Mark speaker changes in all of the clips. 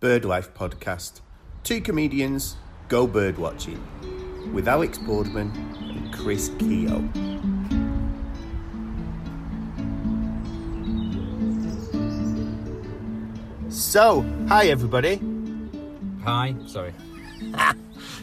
Speaker 1: BirdLife podcast. Two comedians go birdwatching with Alex Boardman and Chris Keogh. So, hi everybody.
Speaker 2: Hi. Sorry.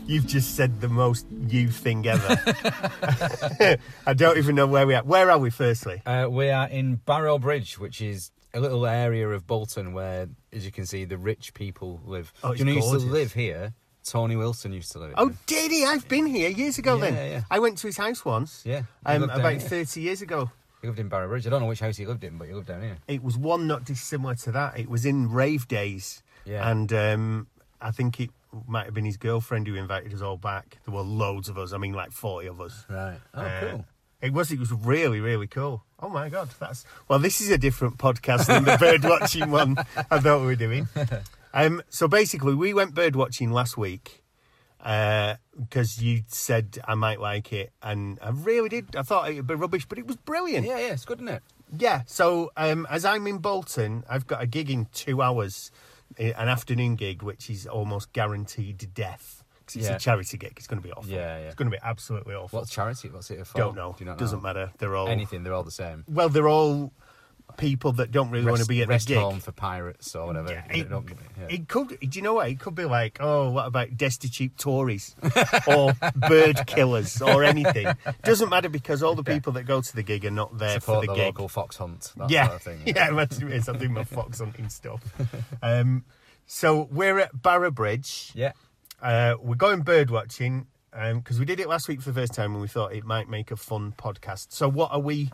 Speaker 1: You've just said the most you thing ever. I don't even know where we are. Where are we, firstly?
Speaker 2: Uh, we are in Barrow Bridge, which is a little area of Bolton where, as you can see, the rich people live.
Speaker 1: Oh, it's
Speaker 2: you know, who used to
Speaker 1: gorgeous.
Speaker 2: live here. Tony Wilson used to live.
Speaker 1: Oh,
Speaker 2: here.
Speaker 1: did he? I've been here years ago
Speaker 2: Yeah,
Speaker 1: then.
Speaker 2: yeah.
Speaker 1: I went to his house once.
Speaker 2: Yeah, you
Speaker 1: Um,
Speaker 2: lived down
Speaker 1: about
Speaker 2: here.
Speaker 1: 30 years ago.
Speaker 2: he lived in Barrow Bridge. I don't know which house he lived in, but he lived down here.
Speaker 1: It was one not dissimilar to that. It was in rave days.
Speaker 2: Yeah.
Speaker 1: And um, I think it might have been his girlfriend who invited us all back. There were loads of us. I mean, like 40 of us.
Speaker 2: Right. Oh,
Speaker 1: Uh,
Speaker 2: cool.
Speaker 1: It was. It was really, really cool. Oh my god, that's well. This is a different podcast than the bird watching one I thought we were doing. Um, so basically, we went bird watching last week because you said I might like it, and I really did. I thought it would be rubbish, but it was brilliant.
Speaker 2: Yeah, yeah, it's good, isn't it?
Speaker 1: Yeah, so um, as I'm in Bolton, I've got a gig in two hours, i- an afternoon gig, which is almost guaranteed death because it's
Speaker 2: Yeah.
Speaker 1: a charity gig. It's going to be awful.
Speaker 2: Yeah, yeah.
Speaker 1: It's going to be absolutely awful.
Speaker 2: What charity? What's it for?
Speaker 1: Don't know.
Speaker 2: Do you not know?
Speaker 1: Doesn't matter. They're all
Speaker 2: Anything. They're all the same.
Speaker 1: Well, they're all people that don't really want to
Speaker 2: Rest-
Speaker 1: be at the
Speaker 2: rest
Speaker 1: gig.
Speaker 2: home for pirates or whatever.
Speaker 1: Yeah,
Speaker 2: They
Speaker 1: it,
Speaker 2: don't- yeah.
Speaker 1: it could. Do you know what? It could be like, oh, what about destitute Tories or bird killers or anything? Doesn't matter because all the people that go to the gig are not there
Speaker 2: Support
Speaker 1: for
Speaker 2: the,
Speaker 1: the, gig.
Speaker 2: local fox hunt. That
Speaker 1: yeah,
Speaker 2: sort of thing.
Speaker 1: yeah. That's what it is. I'm doing my fox hunting stuff. Um, so we're at Barra Bridge.
Speaker 2: Yeah.
Speaker 1: Uh, we're going bird watching because we did it last week for the first time and we thought it might make a fun podcast. So, what are we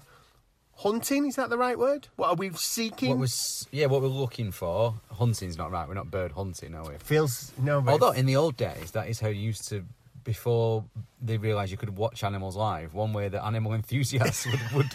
Speaker 1: hunting? Is that the right word? What are we seeking?
Speaker 2: What was? Yeah, what we're looking for. Hunting's not right. We're not bird hunting, are we?
Speaker 1: Feels no. but
Speaker 2: Although in the old days, that is how you used to. Before they realised you could watch animals live, one way that animal enthusiasts would, would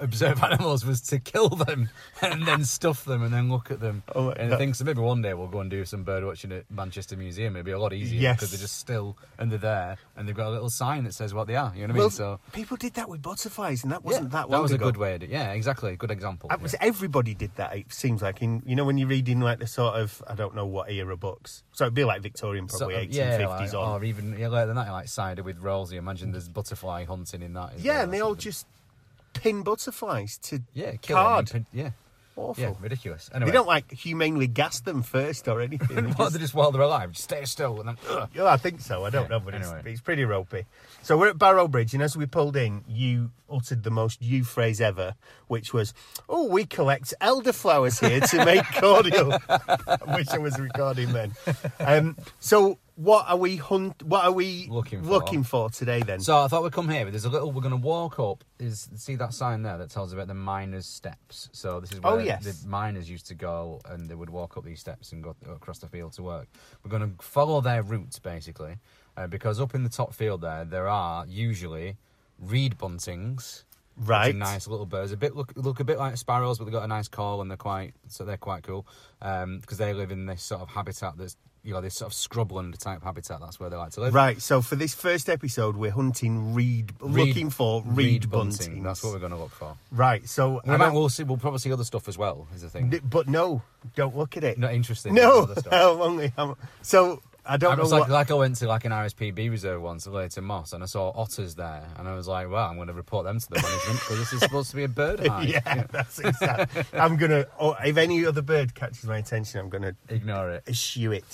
Speaker 2: observe animals was to kill them and then stuff them and then look at them.
Speaker 1: Oh my
Speaker 2: and
Speaker 1: God.
Speaker 2: I think so maybe one day we'll go and do some bird watching at Manchester Museum. It'd be a lot easier
Speaker 1: Yes.
Speaker 2: because they're just still and they're there and they've got a little sign that says what they are. You know what I mean?
Speaker 1: well,
Speaker 2: so
Speaker 1: people did that with butterflies, and that wasn't that.
Speaker 2: that
Speaker 1: long
Speaker 2: was
Speaker 1: ago.
Speaker 2: a good way. To, yeah, exactly. Good example.
Speaker 1: That was everybody did that. It seems like in you know when you're reading like the sort of I don't know what era books. So it'd be like Victorian,
Speaker 2: So,
Speaker 1: probably
Speaker 2: uh,
Speaker 1: 1850s
Speaker 2: yeah, like,
Speaker 1: on.
Speaker 2: or even yeah, later than that, like cider with Rosie. Imagine there's butterfly hunting in that. as
Speaker 1: yeah,
Speaker 2: well,
Speaker 1: and
Speaker 2: or
Speaker 1: they all
Speaker 2: something.
Speaker 1: just pin butterflies to
Speaker 2: Yeah, kill
Speaker 1: card.
Speaker 2: Them. Yeah.
Speaker 1: Awful.
Speaker 2: Yeah, ridiculous. Anyway,
Speaker 1: They don't like humanely gas them first or anything. They
Speaker 2: what,
Speaker 1: just-
Speaker 2: they're just while they're alive, just stay still and then. Ugh.
Speaker 1: Oh, I think so. I don't
Speaker 2: Yeah,
Speaker 1: know, but it's,
Speaker 2: anyway.
Speaker 1: it's pretty ropey. So we're at Barrow Bridge, and as we pulled in, you uttered the most you phrase ever, which was, "Oh, we collect elderflowers here to make cordial." I wish I was recording then. Um, so what are we hunt? What are we
Speaker 2: Looking for.
Speaker 1: looking for today then?
Speaker 2: So I thought we'd come here, but there's a little. We're going to walk up. Is see that sign there that tells about the miners' steps. So this is where
Speaker 1: Oh, yes.
Speaker 2: the miners used to go, and they would walk up these steps and go across the field to work. We're going to follow their route basically, uh, because up in the top field there, there are usually reed buntings. which are
Speaker 1: Right.
Speaker 2: nice little birds. A bit look look a bit like sparrows, but they've got a nice call and they're quite so they're quite cool because they live in this sort of habitat that's you know this sort of scrubland type habitat. That's where they like to live.
Speaker 1: right. So for this first episode, we're hunting reed,
Speaker 2: Reed-
Speaker 1: looking for reed, buntings.
Speaker 2: That's what we're going to look for.
Speaker 1: Right. So
Speaker 2: We
Speaker 1: I
Speaker 2: might,
Speaker 1: don't-
Speaker 2: we'll see. We'll probably see other stuff as well. Is the thing.
Speaker 1: but no, don't look at it.
Speaker 2: Not interested. in
Speaker 1: No,
Speaker 2: other stuff.
Speaker 1: I'm only. I'm, so I don't
Speaker 2: And
Speaker 1: know
Speaker 2: it's like,
Speaker 1: what.
Speaker 2: like I went to like an RSPB reserve once at Leighton Moss, and I saw otters there, and I was like, "Well, I'm going to report them to the management because this is supposed to be a bird hive."
Speaker 1: yeah, that's exactly. I'm gonna. Or if any other bird catches my attention, I'm gonna
Speaker 2: Ignore it.
Speaker 1: eschew it.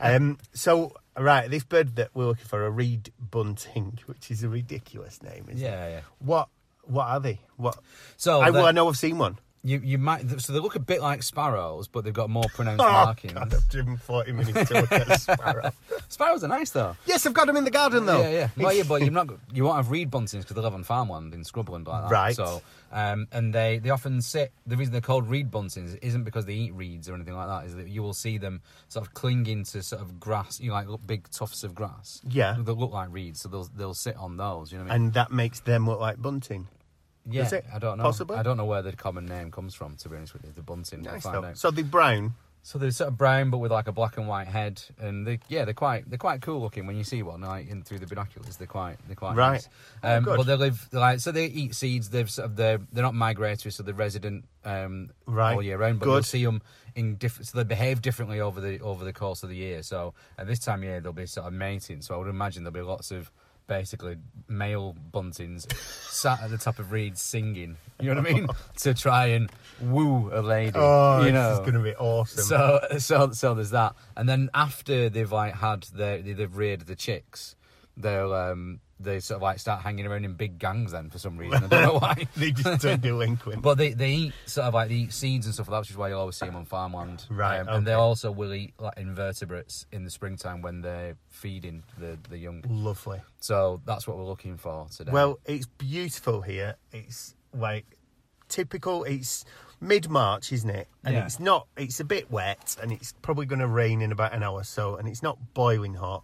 Speaker 1: um, so right, this bird that we're looking for, a reed bunting, which is a ridiculous name. Isn't It?
Speaker 2: Yeah, Oh, yeah.
Speaker 1: What? What are they? What?
Speaker 2: So
Speaker 1: I, well,
Speaker 2: they're-
Speaker 1: I know I've seen one.
Speaker 2: you you might so they look a bit like sparrows, but they've got more pronounced
Speaker 1: Oh,
Speaker 2: markings.
Speaker 1: God, I've driven 40 minutes to look at a sparrow.
Speaker 2: Sparrows are nice though.
Speaker 1: yes, I've got them in the garden though.
Speaker 2: Yeah, yeah. Well, yeah, but you're not, you won't have reed buntings because they live on farmland in scrubland like that.
Speaker 1: Right.
Speaker 2: So, um, and they, they often sit. The reason they're called reed buntings isn't because they eat reeds or anything like that. Is that you will see them sort of clinging to sort of grass, you know, like look- big tufts of grass.
Speaker 1: Yeah.
Speaker 2: That look like reeds, so they'll they'll sit on those. You know what I mean?
Speaker 1: And that makes them look like bunting.
Speaker 2: yeah.
Speaker 1: is it
Speaker 2: I don't know.
Speaker 1: possible?
Speaker 2: I don't know where the common name comes from. To be honest with you, the bunting. We'll
Speaker 1: Nice
Speaker 2: find
Speaker 1: though.
Speaker 2: out.
Speaker 1: So they're brown.
Speaker 2: So they're sort of brown, but with like a black and white head, and they yeah they're quite they're quite cool looking when you see one like in through the binoculars. They're quite they're quite
Speaker 1: Right.
Speaker 2: nice.
Speaker 1: Oh,
Speaker 2: Um,
Speaker 1: good.
Speaker 2: but they live they're like so they eat seeds. They've sort of they're they're not migratory, so they're resident um,
Speaker 1: Right.
Speaker 2: all year round. But
Speaker 1: Good.
Speaker 2: you'll see them in different. So they behave differently over the over the course of the year. So at this time of year they'll be sort of mating. So I would imagine there'll be lots of basically male buntings sat at the top of reeds singing. You know what I mean? to try and woo a lady.
Speaker 1: Oh,
Speaker 2: you
Speaker 1: this
Speaker 2: know.
Speaker 1: is going to be awesome.
Speaker 2: So so so there's that, and then after they've like had their they've reared the chicks, they'll um they sort of like start hanging around in big gangs then for some reason I don't know why.
Speaker 1: they just turn delinquent.
Speaker 2: But they, they eat sort of like they eat seeds and stuff like that, which is why you'll always see them on farmland. Um,
Speaker 1: Right,
Speaker 2: And they
Speaker 1: okay.
Speaker 2: also will eat like invertebrates in the springtime when they're feeding the the young.
Speaker 1: Lovely.
Speaker 2: So that's what we're looking for today.
Speaker 1: Well, it's beautiful here. It's like typical. It's mid March, isn't it? And
Speaker 2: Yeah.
Speaker 1: it's not. It's a bit wet, and it's probably going to rain in about an hour or so. And it's not boiling hot,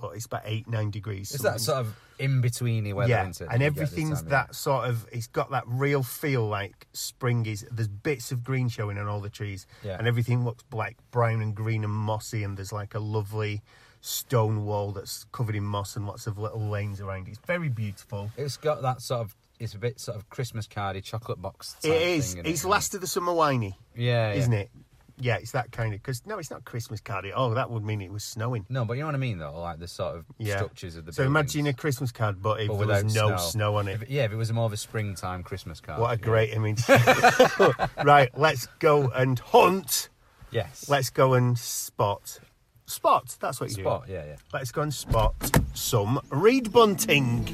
Speaker 1: but it's about eight nine degrees.
Speaker 2: it's
Speaker 1: something.
Speaker 2: that sort of in betweeny weather,
Speaker 1: yeah,
Speaker 2: isn't it,
Speaker 1: and
Speaker 2: you get this
Speaker 1: everything's
Speaker 2: time of year?
Speaker 1: that sort of. It's got that real feel like spring is. There's bits of green showing on all the trees,
Speaker 2: Yeah.
Speaker 1: and everything looks like brown and green and mossy. And there's like a lovely stone wall that's covered in moss and lots of little lanes around. It's very beautiful.
Speaker 2: It's got that sort of. It's a bit sort of Christmas cardy chocolate box. Type
Speaker 1: It is.
Speaker 2: Thing, innit?
Speaker 1: It's last of the summer winey,
Speaker 2: Yeah,
Speaker 1: isn't it? Yeah, it's that kind of. Because no, it's not Christmas card. Oh, that would mean it was snowing.
Speaker 2: No, but you know what I mean though, like the sort of
Speaker 1: Yeah.
Speaker 2: structures of the.
Speaker 1: So
Speaker 2: buildings.
Speaker 1: imagine a Christmas card, but if
Speaker 2: But
Speaker 1: there was
Speaker 2: without
Speaker 1: no snow.
Speaker 2: snow.
Speaker 1: on it.
Speaker 2: If it- yeah, if it was more of a springtime Christmas card.
Speaker 1: What a
Speaker 2: yeah.
Speaker 1: great image. right, let's go and hunt.
Speaker 2: Yes.
Speaker 1: Let's go and spot. Spot, that's what you
Speaker 2: spot.
Speaker 1: do.
Speaker 2: Yeah, yeah.
Speaker 1: Let's go and spot some reed bunting.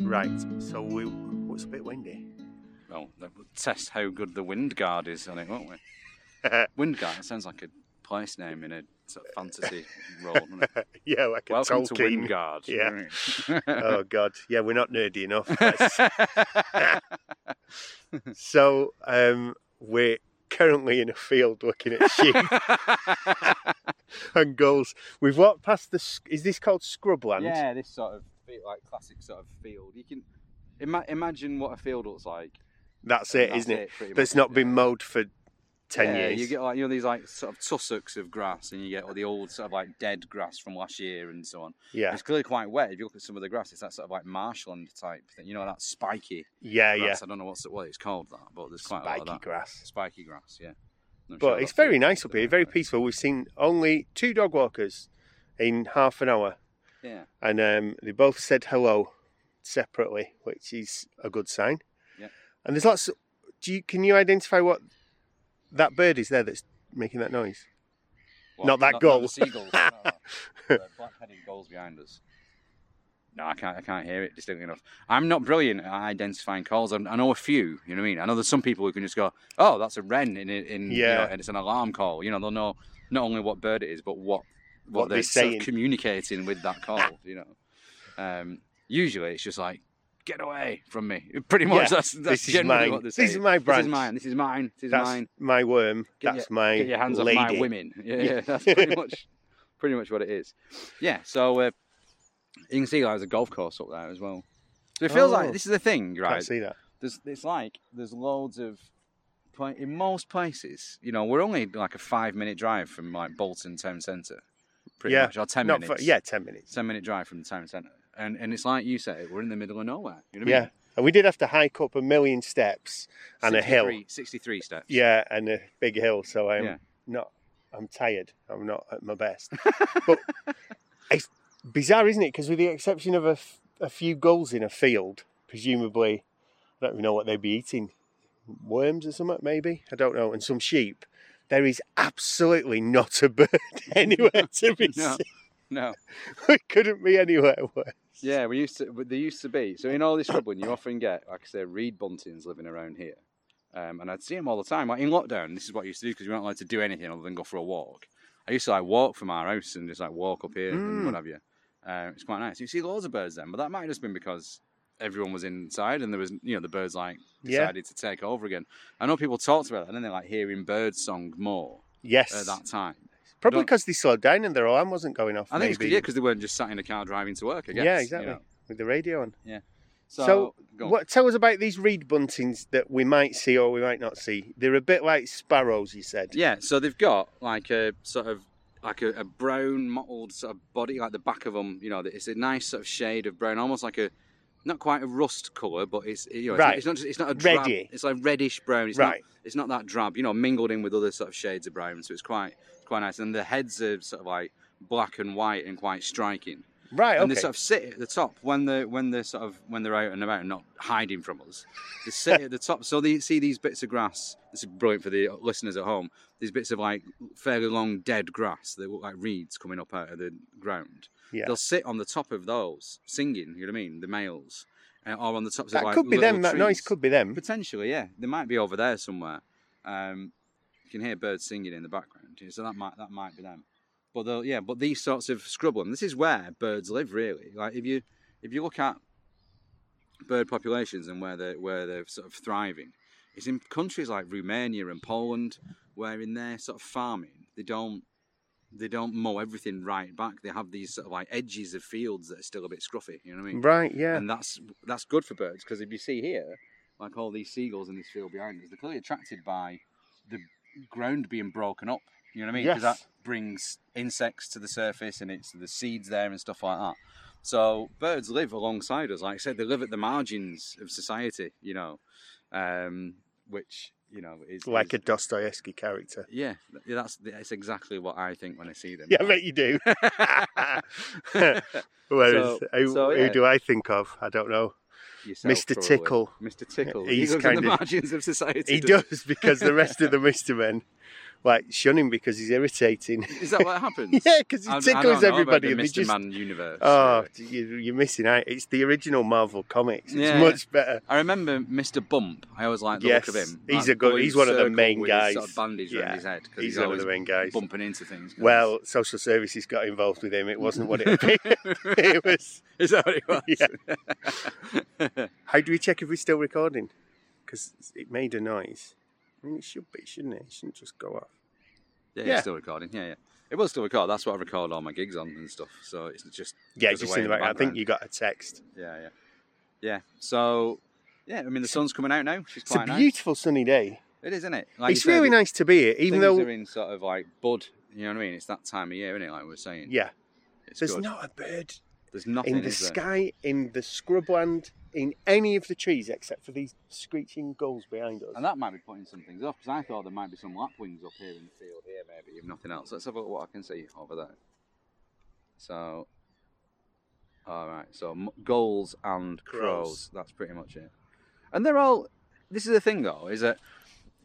Speaker 1: Right, so we. oh, It's a bit windy.
Speaker 3: Well, that will test how good the wind guard is on it, won't we? wind guard sounds like a place name in a sort of fantasy role. Doesn't it?
Speaker 1: Yeah, like a
Speaker 3: Welcome to
Speaker 1: Tolkien.
Speaker 3: wind guard.
Speaker 1: Yeah. oh God, yeah, we're not nerdy enough. Let's- so um, we're currently in a field looking at sheep and gulls. We've walked past the. sc- Is this called scrubland?
Speaker 3: yeah, this sort of fe- like classic sort of field. You can ima- imagine what a field looks like.
Speaker 1: that's it,
Speaker 3: That's
Speaker 1: not it?
Speaker 3: it, pretty
Speaker 1: That's
Speaker 3: much,
Speaker 1: not been mowed for ten
Speaker 3: yeah,
Speaker 1: years.
Speaker 3: You get like you know these like sort of tussocks of grass, and you get all the old sort of like dead grass from last year and so on.
Speaker 1: yeah,
Speaker 3: It's clearly quite wet. If you look at some of the grass, it's that sort of like marshland type thing. You know that spiky
Speaker 1: yeah, yeah.
Speaker 3: grass. I don't know what's what it's called that, but there's quite a lot of
Speaker 1: Spiky
Speaker 3: that.
Speaker 1: grass.
Speaker 3: spiky grass. Yeah, Not sure
Speaker 1: But it's
Speaker 3: that's
Speaker 1: very
Speaker 3: it.
Speaker 1: nice up here, very peaceful. We've seen only two dog walkers in half an hour.
Speaker 3: Yeah,
Speaker 1: and um, they both said hello separately, which is a good sign.
Speaker 3: Yep.
Speaker 1: And there's lots. Do you can you identify what that bird is there that's making that noise? Not that
Speaker 3: goal.
Speaker 1: gull.
Speaker 3: seagulls. no, no. The black-headed gulls behind us. No, I can't. I can't hear it distinctly enough. I'm not brilliant at identifying calls. I'm, I know a few. You know what I mean. I know there's some people who can just go, "Oh, that's a wren," in in, in you know,
Speaker 1: Yeah.
Speaker 3: and it's an alarm call. You know, they'll know not only what bird it is, but what what,
Speaker 1: What
Speaker 3: they're
Speaker 1: they're
Speaker 3: sort of
Speaker 1: saying.
Speaker 3: communicating with that call. you know. Um, usually, it's just like, "Get away from me." Pretty much.
Speaker 1: Yeah,
Speaker 3: That's that's
Speaker 1: this is
Speaker 3: generally
Speaker 1: mine.
Speaker 3: what they're
Speaker 1: This
Speaker 3: saying.
Speaker 1: is my
Speaker 3: This
Speaker 1: branch.
Speaker 3: is mine. This is mine. This is
Speaker 1: that's
Speaker 3: mine.
Speaker 1: my worm.
Speaker 3: Get
Speaker 1: that's
Speaker 3: your-
Speaker 1: my
Speaker 3: get your hands
Speaker 1: lady.
Speaker 3: off my women. Yeah,
Speaker 1: Yeah.
Speaker 3: yeah, that's pretty much pretty much what it is. Yeah, so uh, you can see like, there's a golf course up there as well. So it feels
Speaker 1: Oh.
Speaker 3: like this is the thing,
Speaker 1: Can't
Speaker 3: right?
Speaker 1: see that.
Speaker 3: There's, it's like there's loads of pla- in most places. You know, we're only like a five minute drive from like Bolton town centre, pretty
Speaker 1: Yeah,
Speaker 3: much, or ten
Speaker 1: Not
Speaker 3: minutes.
Speaker 1: for, yeah, ten minutes.
Speaker 3: ten minute drive from the town centre, and and it's like you said, we're in the middle of nowhere. You know what I
Speaker 1: Yeah,
Speaker 3: mean?
Speaker 1: and we did have to hike up a million steps and a hill.
Speaker 3: 63 63 steps.
Speaker 1: Yeah, and a big hill. So I'm
Speaker 3: Yeah.
Speaker 1: not. I'm tired. I'm not at my best. but it's bizarre, isn't it? Because with the exception of a, f- a few gulls in a field, presumably, I don't even know what they'd be eating. Worms or something, maybe. I don't know. And some sheep. There is absolutely not a bird anywhere to be
Speaker 3: No.
Speaker 1: seen.
Speaker 3: No.
Speaker 1: It couldn't be anywhere worse.
Speaker 3: Yeah, we used to. They used to be. So in all this woodland, you often get, like I say, reed buntings living around here, um, and I'd see them all the time. Like in lockdown, this is what I used to do because we weren't allowed to do anything other than go for a walk. I used to like walk from our house and just like walk up here and
Speaker 1: Mm.
Speaker 3: what have you. Uh, it's quite nice. You see loads of birds then, but that might have just been because everyone was inside and there was, you know, the birds like
Speaker 1: Yeah.
Speaker 3: decided to take over again. I know people talked about that, and then they like hearing bird song more
Speaker 1: Yes.
Speaker 3: at that time.
Speaker 1: Probably
Speaker 3: Uh, Don't-
Speaker 1: because they slowed down and their alarm wasn't going off.
Speaker 3: I think it's 'cause-
Speaker 1: maybe.
Speaker 3: yeah, because they weren't just sat in a car driving to work. I guess.
Speaker 1: yeah,
Speaker 3: you
Speaker 1: exactly.
Speaker 3: know.
Speaker 1: With the radio on.
Speaker 3: So,
Speaker 1: So,
Speaker 3: go on.
Speaker 1: What tell us about these reed buntings that we might see or we might not see? They're a bit like sparrows, you said.
Speaker 3: Yeah, so they've got like a sort of like a, a brown mottled sort of body, like the back of them. You know, that- it's a nice sort of shade of brown, almost like a not quite a rust color, but it's you know, it's,
Speaker 1: Right.
Speaker 3: not, it's not just, it's not a drab,
Speaker 1: Reddy.
Speaker 3: It's like reddish brown. It's
Speaker 1: Right.
Speaker 3: Not, it's not that drab, you know, mingled in with other sort of shades of brown. So it's quite it's quite nice, and the heads are sort of like black and white and quite striking.
Speaker 1: Right.
Speaker 3: And
Speaker 1: Okay.
Speaker 3: they sort of sit at the top when they when they're sort of when they're out and about and not hiding from us. They sit at the top, so they see these bits of grass. This is brilliant for the listeners at home. These bits of like fairly long dead grass that look like reeds coming up out of the ground.
Speaker 1: Yeah.
Speaker 3: They'll sit on the top of those singing. You know what I mean? The males, uh, or on the tops
Speaker 1: that
Speaker 3: of like
Speaker 1: could be
Speaker 3: little
Speaker 1: them. That noise
Speaker 3: trees.
Speaker 1: could be them.
Speaker 3: potentially yeah. They might be over there somewhere. Um, you can hear birds singing in the background, so that might that might be them. But they'll- yeah, but these sorts of scrubland, this is where birds live really. Like if you if you look at bird populations and where they where they're sort of thriving, it's in countries like Romania and Poland, where in their sort of farming they don't they don't mow everything right back. They have these sort of like edges of fields that are still a bit scruffy. You know what I mean?
Speaker 1: Right. Yeah.
Speaker 3: and that's that's good for birds because if you see here, like all these seagulls in this field behind us, they're clearly attracted by the ground being broken up. You know what I mean? Because
Speaker 1: Yes.
Speaker 3: that brings insects to the surface and it's the seeds there and stuff like that. So birds live alongside us. Like I said, they live at the margins of society. You know, um, which you know is
Speaker 1: Like a
Speaker 3: is-
Speaker 1: Dostoevsky character.
Speaker 3: yeah. th- That's that's exactly what I think when I see them.
Speaker 1: Yeah, I bet you do. Whereas,
Speaker 3: So-
Speaker 1: who,
Speaker 3: so,
Speaker 1: who
Speaker 3: yeah.
Speaker 1: do I think of? I don't know.
Speaker 3: Yourself,
Speaker 1: Mr.
Speaker 3: probably.
Speaker 1: Tickle.
Speaker 3: Mr. Tickle.
Speaker 1: He's
Speaker 3: he lives
Speaker 1: kind
Speaker 3: at
Speaker 1: of-
Speaker 3: the margins of society.
Speaker 1: He
Speaker 3: doesn't
Speaker 1: does because the rest of the Mister Men like shun him because he's irritating.
Speaker 3: Is that what happens?
Speaker 1: yeah, because he
Speaker 3: I- I
Speaker 1: tickles
Speaker 3: don't know about
Speaker 1: everybody.
Speaker 3: the
Speaker 1: and they
Speaker 3: Mr.
Speaker 1: just
Speaker 3: Man universe.
Speaker 1: oh,
Speaker 3: really.
Speaker 1: you, you're missing out. It's the original Marvel comics. It's
Speaker 3: Yeah.
Speaker 1: much better.
Speaker 3: I remember Mr. Bump. I always liked the look of
Speaker 1: Yes,
Speaker 3: him.
Speaker 1: he's
Speaker 3: That
Speaker 1: a good-
Speaker 3: blue
Speaker 1: he's one of the
Speaker 3: circle
Speaker 1: main
Speaker 3: with his Sort
Speaker 1: guys.
Speaker 3: of bandage
Speaker 1: Yeah,
Speaker 3: around his head 'cause
Speaker 1: he's
Speaker 3: he's,
Speaker 1: one of
Speaker 3: always
Speaker 1: the main guys.
Speaker 3: bumping into things. 'cause
Speaker 1: Well, social services got involved with him. It wasn't what it appeared. it was.
Speaker 3: he's- is that what it was?
Speaker 1: Yeah. How do we check if we're still recording? Because it made a noise. I mean, it should be, shouldn't it? It shouldn't just go off.
Speaker 3: Yeah,
Speaker 1: Yeah.
Speaker 3: it's still recording. Yeah, yeah. It was still recorded. That's what I record all my gigs on and stuff. So it's just
Speaker 1: Yeah,
Speaker 3: goes
Speaker 1: just
Speaker 3: away
Speaker 1: in the background. I think you got a text.
Speaker 3: Yeah, yeah, yeah. So yeah, I mean the sun's coming out now. She's
Speaker 1: It's a
Speaker 3: quite nice.
Speaker 1: beautiful sunny day.
Speaker 3: It is, isn't it? Like
Speaker 1: it's
Speaker 3: you said,
Speaker 1: really
Speaker 3: it-
Speaker 1: nice to be here, even
Speaker 3: Things
Speaker 1: though.
Speaker 3: are in sort of like bud. You know what I mean? It's that time of year, isn't it? Like we were saying.
Speaker 1: yeah,
Speaker 3: It's
Speaker 1: there's
Speaker 3: good.
Speaker 1: not a bird
Speaker 3: There's nothing
Speaker 1: in the
Speaker 3: is there?
Speaker 1: sky, in the scrubland, in any of the trees except for these screeching gulls behind us.
Speaker 3: And that might be putting some things off because I thought there might be some lapwings up here in the field here, maybe if nothing else. Let's have a look what I can see over there. So, all right. So m- gulls and crows.
Speaker 1: Crows.
Speaker 3: That's pretty much it. And they're all. This is the thing though, is that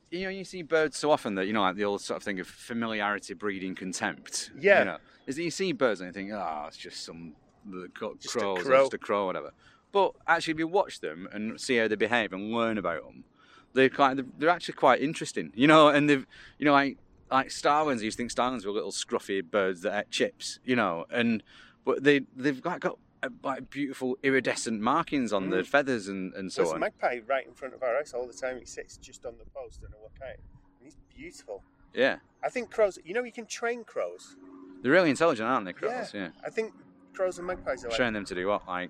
Speaker 3: you know you see birds so often that you know like the old sort of thing of familiarity breeding contempt.
Speaker 1: Yeah.
Speaker 3: You know, is that you see birds and you think, ah, it's just some the co-
Speaker 1: Just a
Speaker 3: crows, or
Speaker 1: crow."
Speaker 3: just a crow, or whatever. But actually, if you watch them and see how they behave and learn about them, they're quite they're actually quite interesting, you know. And they've you know like like starlings. You used to think starlings were little scruffy birds that ate chips, you know, and but they they've got, got uh, like beautiful iridescent markings on
Speaker 1: Mm.
Speaker 3: their feathers and and so
Speaker 1: There's a
Speaker 3: on.
Speaker 1: magpie right in front of our house all the time. He sits just on the post and I walk out. And he's beautiful.
Speaker 3: yeah,
Speaker 1: I think crows, you know, you can train crows.
Speaker 3: they're really intelligent, aren't they, crows? Yeah.
Speaker 1: I think crows and magpies are like.
Speaker 3: Showing them to do what like.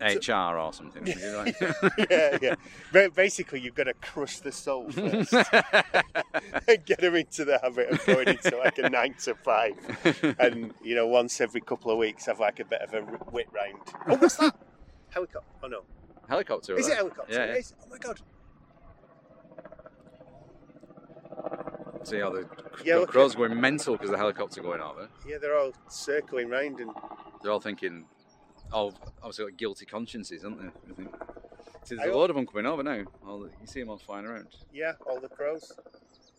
Speaker 3: HR or something. you know, like-
Speaker 1: yeah, yeah. Ba- Basically, you've got to crush the soul first and get them into the habit of going into like a nine to five. And, you know, once every couple of weeks, have like a bit of a r- wit round. Oh, what's that? Helicopter. Oh, no.
Speaker 3: helicopter.
Speaker 1: Is it
Speaker 3: right?
Speaker 1: helicopter?
Speaker 3: Yeah,
Speaker 1: It
Speaker 3: yeah.
Speaker 1: is. Oh, my God.
Speaker 3: See how the
Speaker 1: Yeah,
Speaker 3: the
Speaker 1: look at-
Speaker 3: crows were mental because the helicopter going over.
Speaker 1: Yeah, they're all circling round and
Speaker 3: They're all thinking, oh, obviously got guilty consciences, aren't they? I think. See, there's
Speaker 1: I-
Speaker 3: a load of them coming over now. All the- you see them all flying around.
Speaker 1: Yeah, all the crows.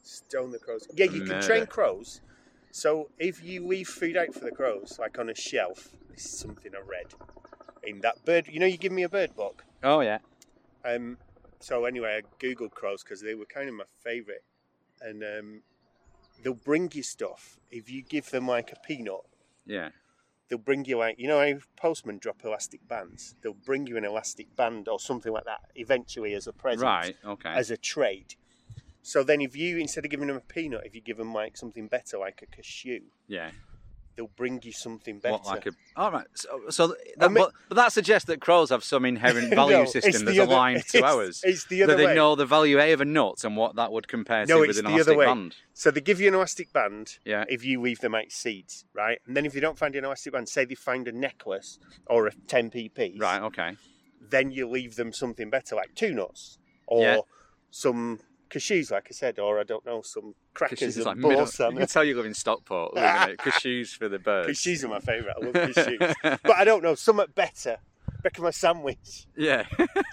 Speaker 1: Stone the crows. Yeah, you can
Speaker 3: Murder.
Speaker 1: train crows. So if you leave food out for the crows, like on a shelf, this is something I read in that bird. You know, you give me a bird book.
Speaker 3: Oh yeah.
Speaker 1: Um, so anyway, I googled crows because they were kind of my favourite, and um, they'll bring you stuff if you give them like a peanut.
Speaker 3: Yeah.
Speaker 1: They'll bring you like you know how postmen drop elastic bands. They'll bring you an elastic band or something like that eventually as a present
Speaker 3: Right. Okay.
Speaker 1: as a trade. So then, if you instead of giving them a peanut, if you give them like something better, like a cashew,
Speaker 3: Yeah.
Speaker 1: they'll bring you something better.
Speaker 3: What, like a, all right. So, so that,
Speaker 1: mean-
Speaker 3: but, but that suggests that crows have some inherent value
Speaker 1: No, it's
Speaker 3: system that's
Speaker 1: the other-
Speaker 3: aligned to
Speaker 1: it's-
Speaker 3: ours.
Speaker 1: it's the
Speaker 3: that
Speaker 1: other
Speaker 3: they
Speaker 1: way.
Speaker 3: know the value A of a nut and what that would compare to
Speaker 1: no,
Speaker 3: with
Speaker 1: it's
Speaker 3: an
Speaker 1: the
Speaker 3: elastic
Speaker 1: other way.
Speaker 3: band.
Speaker 1: So they give you an elastic band.
Speaker 3: Yeah.
Speaker 1: If you leave them out seeds, right, and then if you don't find an elastic band, say they find a necklace or a ten p piece,
Speaker 3: Right. Okay.
Speaker 1: Then you leave them something better, like two nuts or
Speaker 3: Yeah.
Speaker 1: some cashews, like I said, or I don't know, some crackers
Speaker 3: Cashews
Speaker 1: and
Speaker 3: like
Speaker 1: like
Speaker 3: middle,
Speaker 1: balsam.
Speaker 3: you can tell you live in Stockport, living it. Cashews for the birds.
Speaker 1: Cashews are my favourite. I love cashews, but I don't know something better. Back of my sandwich.
Speaker 3: Yeah.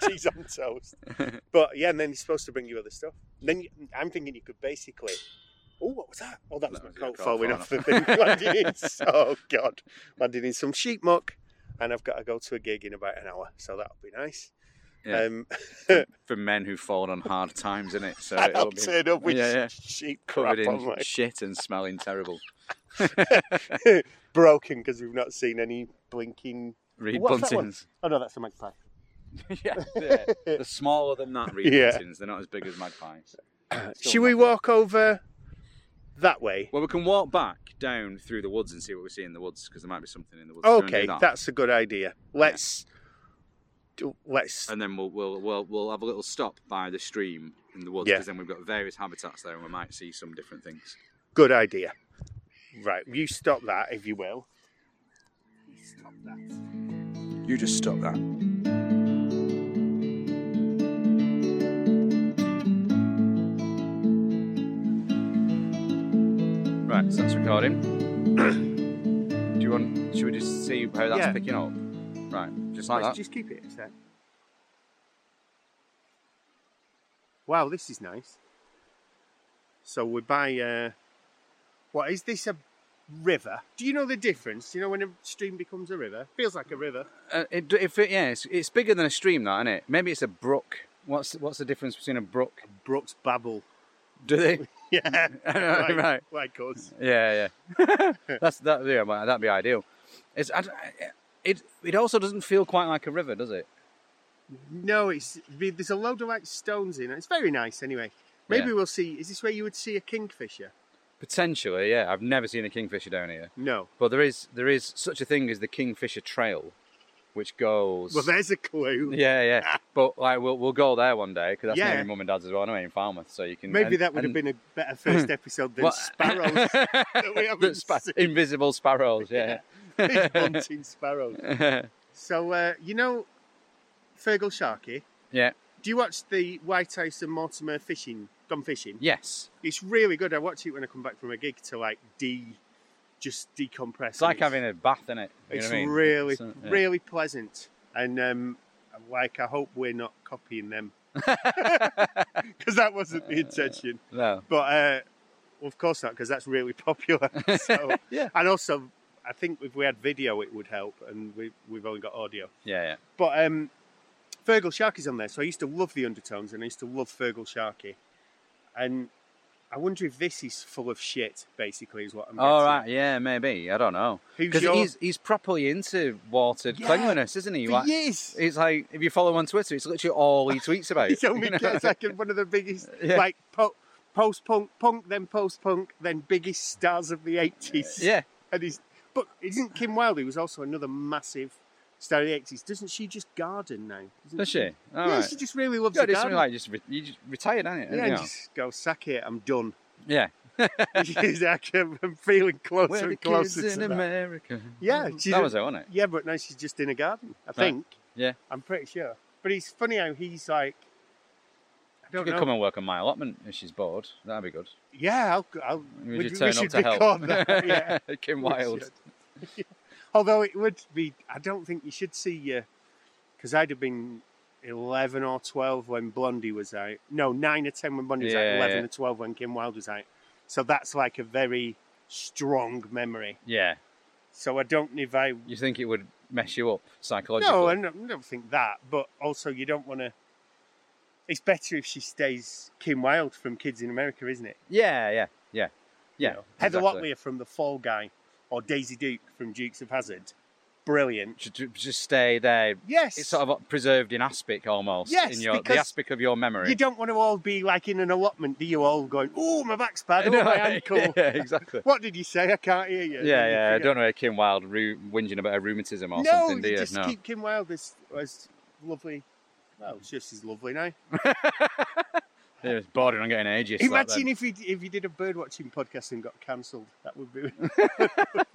Speaker 1: cheese on toast. But yeah, and then he's supposed to bring you other stuff. Then you, I'm thinking you could basically. Oh, what was that? Oh, that was
Speaker 3: That
Speaker 1: my
Speaker 3: was your
Speaker 1: coat
Speaker 3: coat
Speaker 1: falling
Speaker 3: falling
Speaker 1: off the thing. landing in, oh god, landing in some sheep muck, and I've got to go to a gig in about an hour, so that'll be nice.
Speaker 3: Yeah.
Speaker 1: Um,
Speaker 3: for men who've fallen on hard times, in it. So
Speaker 1: and
Speaker 3: it'll
Speaker 1: I'll
Speaker 3: be
Speaker 1: turn up with
Speaker 3: yeah, yeah.
Speaker 1: sheep crap
Speaker 3: covered
Speaker 1: on
Speaker 3: in
Speaker 1: my
Speaker 3: shit and smelling terrible.
Speaker 1: broken because we've not seen any blinking.
Speaker 3: Reed
Speaker 1: What's that one?
Speaker 3: buntings.
Speaker 1: Oh no, that's a magpie.
Speaker 3: yeah, yeah. They're smaller than that. Reed
Speaker 1: Yeah. Uh,
Speaker 3: buntings. They're not as big as magpies. Still
Speaker 1: Should we
Speaker 3: nothing.
Speaker 1: walk over that way?
Speaker 3: Well, we can walk back down through the woods and see what we see in the woods because there might be something in the woods. Can we do
Speaker 1: Okay,
Speaker 3: that?
Speaker 1: that's a good idea. Let's do let's
Speaker 3: And then we'll we'll we'll we'll have a little stop by the stream in the woods
Speaker 1: Yeah.
Speaker 3: because then we've got various habitats there and we might see some different things.
Speaker 1: Good idea. Right, you stop that if you will. Stop that.
Speaker 3: You just stop that. Right, so that's recording. Do you want? Should we just see how that's
Speaker 1: Yeah.
Speaker 3: picking up? Right, just like that.
Speaker 1: Just keep it a sec. Wow, this is nice. So we're by. Uh, what is this? A river? Do you know the difference? Do you know when a stream becomes a river? Feels like a river.
Speaker 3: Uh, it, if it, yeah, it's, it's bigger than a stream, that isn't it? Maybe it's a brook. What's what's the difference between a brook?
Speaker 1: Brooks babble.
Speaker 3: Do they?
Speaker 1: Yeah.
Speaker 3: right. right.
Speaker 1: Like us.
Speaker 3: Yeah, yeah. That's that. Yeah, well, that'd be ideal. It's I d it. It also doesn't feel quite like a river, does it?
Speaker 1: No, it's there's a load of like stones in it. It's very nice anyway. Maybe
Speaker 3: Yeah.
Speaker 1: we'll see. Is this where you would see a kingfisher?
Speaker 3: Potentially, yeah. I've never seen a kingfisher down here,
Speaker 1: No.
Speaker 3: but there is there is such a thing as the kingfisher trail, which goes.
Speaker 1: Well, there's a clue.
Speaker 3: yeah, yeah, but like we'll we'll go there one day because that's
Speaker 1: Yeah.
Speaker 3: near my mum and dad's as well. Anyway, in Falmouth, so you can
Speaker 1: Maybe
Speaker 3: and-
Speaker 1: that would have
Speaker 3: and-
Speaker 1: been a better first episode than
Speaker 3: Well-
Speaker 1: sparrows. that we haven't
Speaker 3: the spa-
Speaker 1: seen.
Speaker 3: invisible sparrows. Yeah,
Speaker 1: Big hunting sparrows. So uh, you know, Fergal Sharkey.
Speaker 3: yeah.
Speaker 1: Do you watch the Whitehouse and Mortimer fishing? Gone fishing.
Speaker 3: Yes,
Speaker 1: It's really good. I watch it when I come back from a gig to like de, just decompress.
Speaker 3: it's like having a bath in it. You know
Speaker 1: It's
Speaker 3: what I mean?
Speaker 1: really,
Speaker 3: So, yeah.
Speaker 1: really pleasant, and um, like I hope we're not copying them because that wasn't
Speaker 3: Uh,
Speaker 1: the intention.
Speaker 3: No.
Speaker 1: But uh, of course not, because that's really popular. So,
Speaker 3: Yeah.
Speaker 1: and also, I think if we had video, it would help, and we, we've only got audio.
Speaker 3: Yeah, yeah.
Speaker 1: But um, Fergal Sharkey's on there, so I used to love the undertones, and I used to love Fergal Sharkey, and I wonder if this is full of shit. Basically, is what I'm.
Speaker 3: All
Speaker 1: getting.
Speaker 3: right, yeah, maybe. I don't know.
Speaker 1: Who's
Speaker 3: Because
Speaker 1: your-
Speaker 3: he's, he's properly into watered
Speaker 1: Yeah,
Speaker 3: cleanliness, isn't he?
Speaker 1: For
Speaker 3: Like,
Speaker 1: years.
Speaker 3: it's like, if you follow him on Twitter, it's literally all he tweets about.
Speaker 1: He only
Speaker 3: you know?
Speaker 1: gets like one of the biggest,
Speaker 3: Yeah.
Speaker 1: like po- post punk, punk, then post punk, then biggest stars of the eighties.
Speaker 3: Yeah.
Speaker 1: and he's but isn't Kim Wilde who was also another massive star of the eighties? Doesn't she just garden now? Doesn't
Speaker 3: Does she? All
Speaker 1: yeah,
Speaker 3: right.
Speaker 1: she just really loves
Speaker 3: Gotta
Speaker 1: the
Speaker 3: do something
Speaker 1: garden.
Speaker 3: like just, re- you just retired, ain't it?
Speaker 1: yeah, and just go sack it. I'm done.
Speaker 3: yeah.
Speaker 1: She's like, I'm feeling closer
Speaker 3: We're the
Speaker 1: and uh,
Speaker 3: kids
Speaker 1: closer to
Speaker 3: in
Speaker 1: that.
Speaker 3: America.
Speaker 1: Yeah, she
Speaker 3: That was
Speaker 1: did-
Speaker 3: it, wasn't it?
Speaker 1: Yeah, but now she's just in a garden. I think.
Speaker 3: Yeah.
Speaker 1: I'm pretty sure. But it's funny how he's like. I
Speaker 3: She
Speaker 1: don't
Speaker 3: could
Speaker 1: know.
Speaker 3: come and work on my allotment if she's bored. That'd be good.
Speaker 1: Yeah, I'll, I'll,
Speaker 3: We,
Speaker 1: we-
Speaker 3: just
Speaker 1: we
Speaker 3: turn up
Speaker 1: should
Speaker 3: to help.
Speaker 1: record that. Yeah.
Speaker 3: Kim
Speaker 1: We
Speaker 3: Wilde.
Speaker 1: should. Although it would be, I don't think you should see you, because I'd have been 11 or 12 when Blondie was out. No, 9 or 10 when Blondie was out,
Speaker 3: Yeah,
Speaker 1: 11
Speaker 3: yeah.
Speaker 1: or 12 when Kim Wilde was out. So that's like a very strong memory.
Speaker 3: Yeah.
Speaker 1: So I don't know if I.
Speaker 3: You think it would mess you up psychologically?
Speaker 1: No, I don't, I don't think that, but also you don't want to. It's better if she stays Kim Wilde from Kids in America, isn't it?
Speaker 3: Yeah, yeah, yeah, yeah.
Speaker 1: you know? Heather
Speaker 3: exactly.
Speaker 1: Locklear from The Fall Guy or Daisy Duke from Dukes of Hazard. brilliant.
Speaker 3: Should ju- just stay there.
Speaker 1: Yes.
Speaker 3: It's sort of preserved in aspic almost.
Speaker 1: Yes,
Speaker 3: in your, the
Speaker 1: because
Speaker 3: aspic of your memory.
Speaker 1: You don't want to all be like in an allotment, do you? All going, oh, my back's bad, oh,
Speaker 3: No,
Speaker 1: my ankle.
Speaker 3: yeah, exactly.
Speaker 1: What did you say? I can't hear you.
Speaker 3: Yeah,
Speaker 1: And you
Speaker 3: yeah. I
Speaker 1: forget.
Speaker 3: don't know Kim Wilde ru- whinging about her rheumatism or
Speaker 1: No,
Speaker 3: something, do
Speaker 1: you
Speaker 3: you?
Speaker 1: just
Speaker 3: no.
Speaker 1: keep Kim Wilde as, as lovely. Well, it's just as lovely now.
Speaker 3: Yeah, It's bordering on getting ageist. that
Speaker 1: Imagine
Speaker 3: then.
Speaker 1: if you if you did a bird watching podcast and got cancelled. That would be.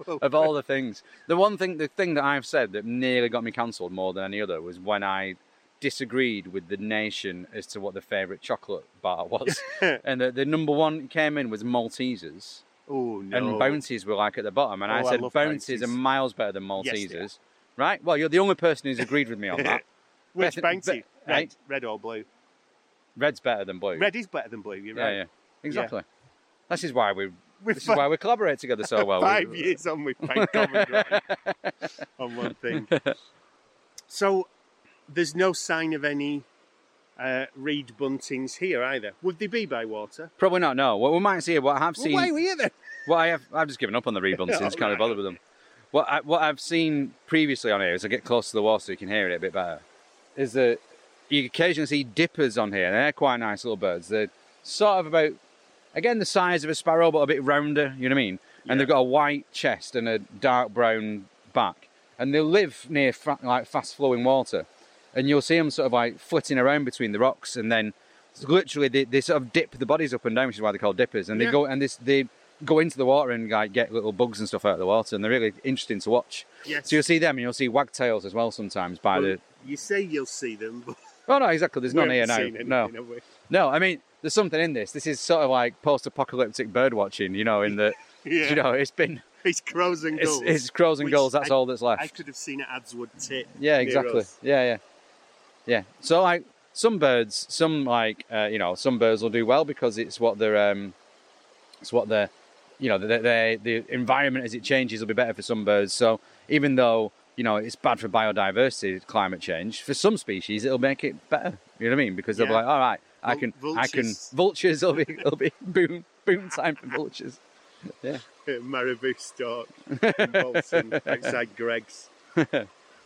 Speaker 3: of all the things, the one thing, the thing that I've said that nearly got me cancelled more than any other was when I disagreed with the nation as to what the favourite chocolate bar was, and the, the number one came in was Maltesers,
Speaker 1: oh no.
Speaker 3: and bounties were like at the bottom, and I
Speaker 1: Oh, I
Speaker 3: said
Speaker 1: love
Speaker 3: bounties,
Speaker 1: Bounties.
Speaker 3: are miles better than Maltesers,
Speaker 1: Yes, they are.
Speaker 3: right? Well, you're the only person who's agreed with me on that.
Speaker 1: Which
Speaker 3: Beth-
Speaker 1: bounty?
Speaker 3: Beth-
Speaker 1: Red,
Speaker 3: right.
Speaker 1: red or blue?
Speaker 3: Red's better than blue.
Speaker 1: Red is better than blue. You're
Speaker 3: yeah,
Speaker 1: right.
Speaker 3: yeah, exactly. This is why we.
Speaker 1: We're
Speaker 3: This is
Speaker 1: fi-
Speaker 3: why we collaborate together so well. We-
Speaker 1: Five years on with Frank common ground on one thing. So there's no sign of any uh, reed buntings here either. Would they be by water?
Speaker 3: Probably not. No. What we might see, what I have
Speaker 1: Well,
Speaker 3: seen.
Speaker 1: why are we here then?
Speaker 3: Well, I have, I've just given up on the rebuns since, can't be bothered with them. What, I, what I've seen previously on here, as I get close to the wall so you can hear it a bit better, is that you occasionally see dippers on here. and They're quite nice little birds. They're sort of about, again, the size of a sparrow, but a bit rounder, you know what I mean? And they've got a white chest and a dark brown back. And they live near fa- like fast flowing water. And you'll see them sort of like flitting around between the rocks and then literally they, they sort of dip the bodies up and down, which is why they're called dippers. And
Speaker 1: Yeah.
Speaker 3: they go and this they go into the water and like get little bugs and stuff out of the water, and they're really interesting to watch.
Speaker 1: Yes.
Speaker 3: So you'll see them, and you'll see wagtails as well sometimes by the.
Speaker 1: You say you'll see them, but
Speaker 3: Oh no, exactly. There's
Speaker 1: we
Speaker 3: none here
Speaker 1: haven't
Speaker 3: now.
Speaker 1: seen anything,
Speaker 3: no,
Speaker 1: have we?
Speaker 3: no. I mean, there's something in this. This is sort of like post-apocalyptic bird watching, you know, in that
Speaker 1: Yeah.
Speaker 3: you know it's been
Speaker 1: It's crows and
Speaker 3: it's,
Speaker 1: gulls.
Speaker 3: it's crows and
Speaker 1: Which
Speaker 3: gulls. That's
Speaker 1: I-
Speaker 3: all that's left.
Speaker 1: I could have seen at Adswood Tit.
Speaker 3: Yeah,
Speaker 1: near
Speaker 3: exactly.
Speaker 1: us.
Speaker 3: Yeah, yeah, yeah. So like some birds, some like uh, you know, some birds will do well because it's what their um, it's what their you know, the, the, the environment as it changes will be better for some birds. So even though you know it's bad for biodiversity, climate change for some species, it'll make it better. You know what I mean? Because they'll be
Speaker 1: Yeah.
Speaker 3: like, all right, I
Speaker 1: Vul-
Speaker 3: can, I can
Speaker 1: vultures.
Speaker 3: vultures. It'll be, it'll be boom, boom time for vultures.
Speaker 1: Marabou uh, Stork in Bolton, outside Greg's.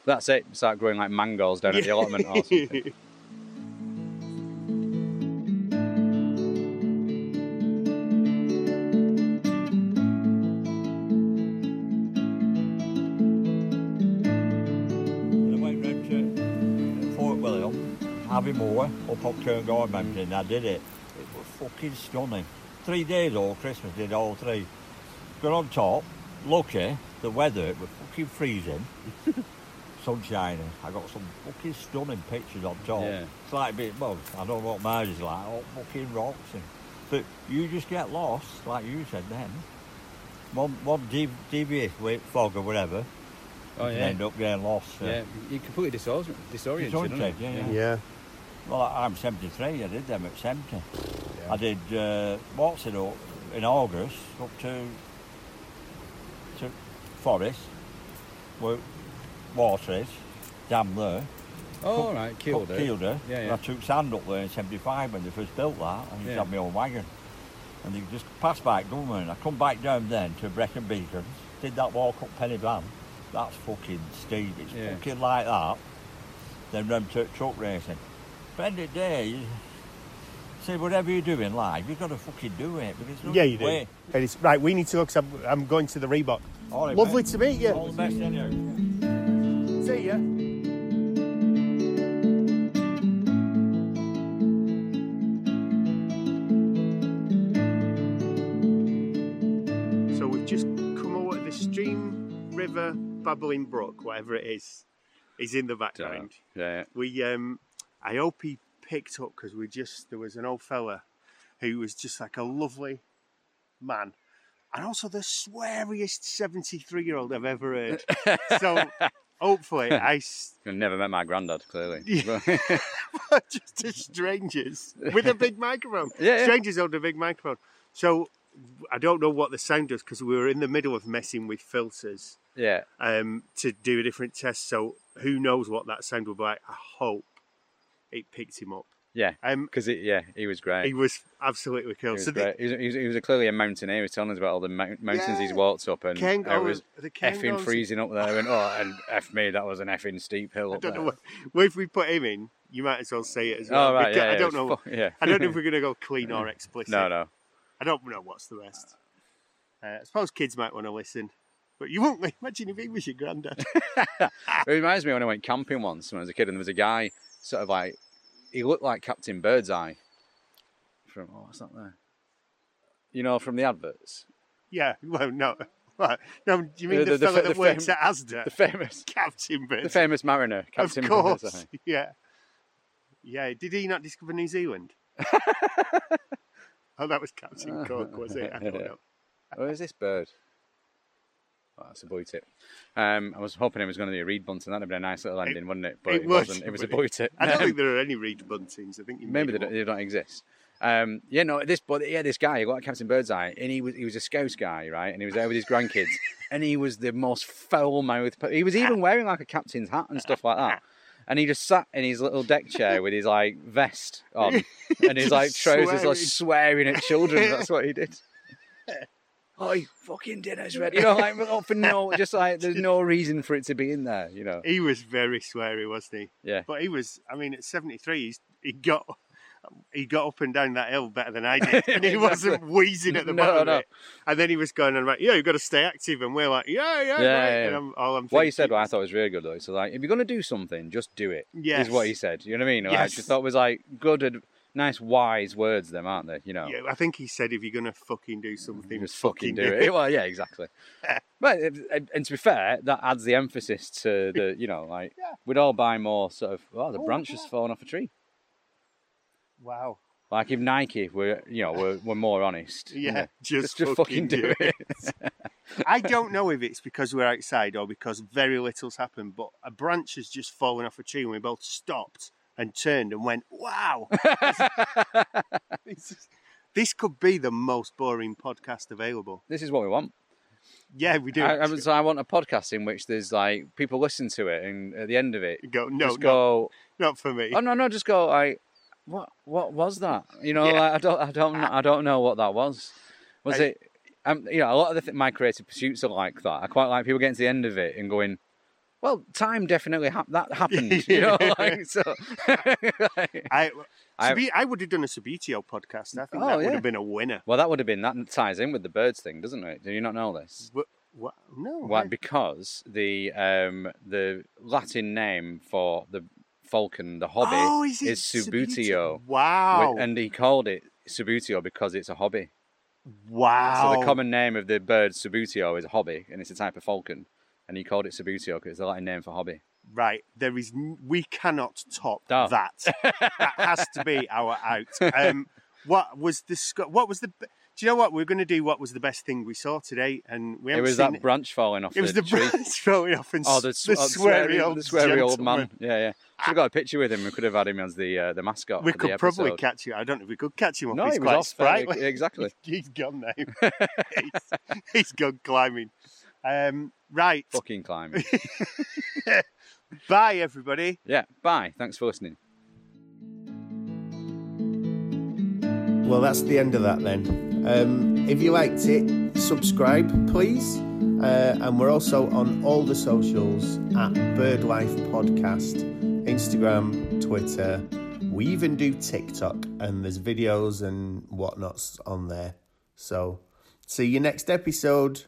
Speaker 3: That's it. Start growing like mangoes down at the allotment or something.
Speaker 1: We're
Speaker 4: I went round to Fort William, Abbey Moor, up up to Guard Mountain. I did it. It was fucking stunning. Three days all Christmas, did all three. Got on top, lucky, the weather it was fucking freezing. Sun shining. I got some fucking stunning pictures on top.
Speaker 3: Yeah.
Speaker 4: It's like a bit, well, I don't know what mine is like, all fucking rocks and. But you just get lost, like you said then. One, one dev- devious wi- fog or whatever,
Speaker 2: Oh,
Speaker 4: you can
Speaker 2: yeah.
Speaker 4: end up getting lost. so-
Speaker 2: Yeah, you completely disor- disoriented.
Speaker 4: Disoriented,
Speaker 2: aren't you?
Speaker 4: yeah, yeah.
Speaker 1: Yeah.
Speaker 4: Well, I- I'm 73. I did them at 70. I did uh, what's it up in August up to to Forest, where water is, dam there.
Speaker 2: Oh, all right, killed
Speaker 4: Up
Speaker 2: it.
Speaker 4: Kielder.
Speaker 2: Yeah,
Speaker 4: And
Speaker 2: yeah.
Speaker 4: I took sand up there in 75 when they first built that. I used
Speaker 2: Yeah.
Speaker 4: to have my own wagon. And they just passed by at Government. I come back down then to Brecon Beacons, did that walk up Penny Van. That's fucking steep. It's
Speaker 2: Yeah.
Speaker 4: fucking like that. Then round to truck racing. But end of the day, you say whatever you do in life, you've got to fucking do it. Because there's no
Speaker 1: Yeah, you do.
Speaker 4: way.
Speaker 1: And it's, right, we need to look. i I'm, I'm going to the Reebok.
Speaker 4: All right,
Speaker 1: Lovely
Speaker 4: mate.
Speaker 1: to meet
Speaker 4: All
Speaker 1: you.
Speaker 4: the best anyhow.
Speaker 1: See ya. So we've just come over the stream, river, babbling brook, whatever it is, is in the
Speaker 3: Yeah,
Speaker 1: background.
Speaker 3: yeah.
Speaker 1: we um i hope he picked up because we just there was an old fella who was just like a lovely man and also the sweariest 73 year old i've ever heard so hopefully i s-
Speaker 3: I've never met my granddad, clearly.
Speaker 1: Yeah. just to strangers with a big microphone
Speaker 3: Yeah, yeah.
Speaker 1: strangers hold a big microphone so i don't know what the sound does because we were in the middle of messing with filters
Speaker 3: yeah.
Speaker 1: um, to do a different test so who knows what that sound will be like i hope it picked him up
Speaker 3: Yeah,
Speaker 1: Um,
Speaker 3: because yeah, he was great.
Speaker 1: he was absolutely
Speaker 3: He
Speaker 1: cool.
Speaker 3: was,
Speaker 1: so the,
Speaker 3: great. He, was, he was- he was clearly a mountaineer. He was telling us about all the mount- mountains he's
Speaker 1: Yeah.
Speaker 3: walked up, and
Speaker 1: Cairngorms-
Speaker 3: I was
Speaker 1: the
Speaker 3: effing
Speaker 1: Cairngorms-
Speaker 3: freezing up there. And oh, and f me, that was an effing steep hill.
Speaker 1: I
Speaker 3: Up
Speaker 1: don't
Speaker 3: there.
Speaker 1: know what, well, if we put him in, you might as well say it as well.
Speaker 3: Oh right,
Speaker 1: because
Speaker 3: yeah, yeah,
Speaker 1: I
Speaker 3: it
Speaker 1: don't
Speaker 3: was
Speaker 1: know.
Speaker 3: fu- yeah,
Speaker 1: I don't know if we're going to go clean or explicit.
Speaker 3: no, no.
Speaker 1: I don't know what's the best. Uh, I suppose kids might want to listen, but you won't. Imagine if he was your granddad.
Speaker 3: It reminds me when I went camping once when I was a kid, and there was a guy, sort of like, he looked like Captain Birdseye. From oh, what's that there? You know, from the adverts,
Speaker 1: yeah, well, no. What? No, do you mean
Speaker 3: The-
Speaker 1: the,
Speaker 3: the- the
Speaker 1: fella
Speaker 3: fa-
Speaker 1: that
Speaker 3: the
Speaker 1: works
Speaker 3: fam-
Speaker 1: at Asda?
Speaker 3: the famous,
Speaker 1: Captain Bird.
Speaker 3: the famous mariner,
Speaker 1: of
Speaker 3: Captain
Speaker 1: course.
Speaker 3: Birdseye.
Speaker 1: Yeah. Yeah, did he not discover New Zealand? oh, that was Captain Cook, was it? I don't know.
Speaker 3: Where is this bird? Oh, that's a boy tip. Um, I was hoping it was going to be a reed bunt, and that'd been a nice little ending, wouldn't it? But it,
Speaker 1: was,
Speaker 3: wasn't. It was a
Speaker 1: but
Speaker 3: boy tip.
Speaker 1: I don't
Speaker 3: Um,
Speaker 1: think there are any reed buntings. I think you
Speaker 3: Maybe
Speaker 1: made
Speaker 3: they don't,
Speaker 1: one.
Speaker 3: they don't exist. Um, yeah, no, this but yeah, this guy, he got Captain Birdseye, and he was he was a Scouse guy, right? And he was there with his grandkids, and he was the most foul mouthed. He was even wearing like a captain's hat and stuff like that. And he just sat in his little deck chair with his like vest on, and his like
Speaker 1: Just
Speaker 3: trousers, like swearing at children. That's what he did. Oh, fucking dinner's ready. You know, like oh, for no, just like there's no reason for it to be in there. You know,
Speaker 1: He was very sweary, wasn't he?
Speaker 3: yeah.
Speaker 1: But he was. I mean, at seventy-three, he's, he got he got up and down that hill better than I did, and he
Speaker 3: Exactly.
Speaker 1: wasn't wheezing at the
Speaker 3: No,
Speaker 1: bottom
Speaker 3: no.
Speaker 1: of it. And then he was going on right, yeah, you've got to stay active, and we're like, yeah, yeah,
Speaker 3: Yeah,
Speaker 1: right.
Speaker 3: yeah,
Speaker 1: And
Speaker 3: yeah.
Speaker 1: I'm, all I'm
Speaker 3: What he said,
Speaker 1: thinking-
Speaker 3: what I thought was really good though. So like, if you're gonna do something, just do it.
Speaker 1: Yes.
Speaker 3: is what he said. You know what I mean? Like, I
Speaker 1: Yes.
Speaker 3: just thought it was like good, ad- nice, wise words. Them aren't they? You know,
Speaker 1: Yeah, I think he said if you're gonna fucking do something,
Speaker 3: Oh. just fucking do it. well, yeah, exactly. but and, and to be fair, that adds the emphasis to the you know like we'd all buy more sort of. Oh, the branch has fallen off a tree.
Speaker 1: Wow.
Speaker 3: Like if Nike were you know were, were more honest. you
Speaker 1: Yeah,
Speaker 3: know,
Speaker 1: just,
Speaker 3: just, just fucking do it.
Speaker 1: I don't know if it's because we're outside or because very little's happened, but a branch has just fallen off a tree and we both stopped and turned and went, wow. this, is- this could be the most boring podcast available.
Speaker 3: this is what we want.
Speaker 1: Yeah, we do.
Speaker 3: I, I, so I want a podcast in which there's like people listen to it, and at the end of it,
Speaker 1: go, no,
Speaker 3: just
Speaker 1: not,
Speaker 3: go.
Speaker 1: not for me.
Speaker 3: Oh no, no, just go. I what what was that? You know,
Speaker 1: Yeah.
Speaker 3: like, I don't, I don't, kn- I don't know what that was. Was
Speaker 1: I-
Speaker 3: it? Um, you know, a lot of the th- my creative pursuits are like that. I quite like people getting to the end of it and going, "Well, time definitely hap that happened." You know, like so.
Speaker 1: I,
Speaker 3: I-
Speaker 1: Sabi- I would have done a Sabitio podcast. I think
Speaker 3: Oh,
Speaker 1: that would
Speaker 3: yeah.
Speaker 1: have been a winner.
Speaker 3: well, that would have been that ties in with the birds thing, doesn't it? Do you not know this?
Speaker 1: What, what? No.
Speaker 3: Why?
Speaker 1: I-
Speaker 3: Because the um the Latin name for the falcon, the hobby,
Speaker 1: oh, is, it
Speaker 3: is subutio.
Speaker 1: Wow.
Speaker 3: Wi- and he called it Subutio because it's a hobby.
Speaker 1: wow.
Speaker 3: So the common name of the bird Subutio is a hobby, and it's a type of falcon. And he called it Subutio because it's a Latin name for hobby.
Speaker 1: Right, there is. n- We cannot top
Speaker 3: No.
Speaker 1: that. that has to be our out. Um, what was the sc- What was the? b- Do you know what we're going to do? What was the best thing we saw today? And we
Speaker 3: It
Speaker 1: haven't
Speaker 3: was
Speaker 1: seen
Speaker 3: that branch falling off
Speaker 1: it was the
Speaker 3: tree.
Speaker 1: branch throwing off and
Speaker 3: Oh,
Speaker 1: s-
Speaker 3: the,
Speaker 1: the,
Speaker 3: s- oh,
Speaker 1: sweary old
Speaker 3: the sweary old man.
Speaker 1: gentleman.
Speaker 3: Yeah, yeah. Should have got a picture with him. We could have had him as the uh, the mascot.
Speaker 1: We
Speaker 3: for
Speaker 1: could
Speaker 3: the
Speaker 1: probably
Speaker 3: episode.
Speaker 1: catch you. I don't know if we could catch him. Up.
Speaker 3: No,
Speaker 1: he's
Speaker 3: he was
Speaker 1: quite
Speaker 3: off fairly-
Speaker 1: sprightly.
Speaker 3: Exactly.
Speaker 1: He's gone now. he's, he's gone climbing. Um, right,
Speaker 3: Fucking climbing.
Speaker 1: bye everybody.
Speaker 3: yeah. Bye. Thanks for listening.
Speaker 1: Well, that's the end of that then. Um, if you liked it, subscribe, please. Uh, and we're also on all the socials at BirdLife Podcast Instagram, Twitter. We even do TikTok, and there's videos and whatnots on there. So, see you next episode.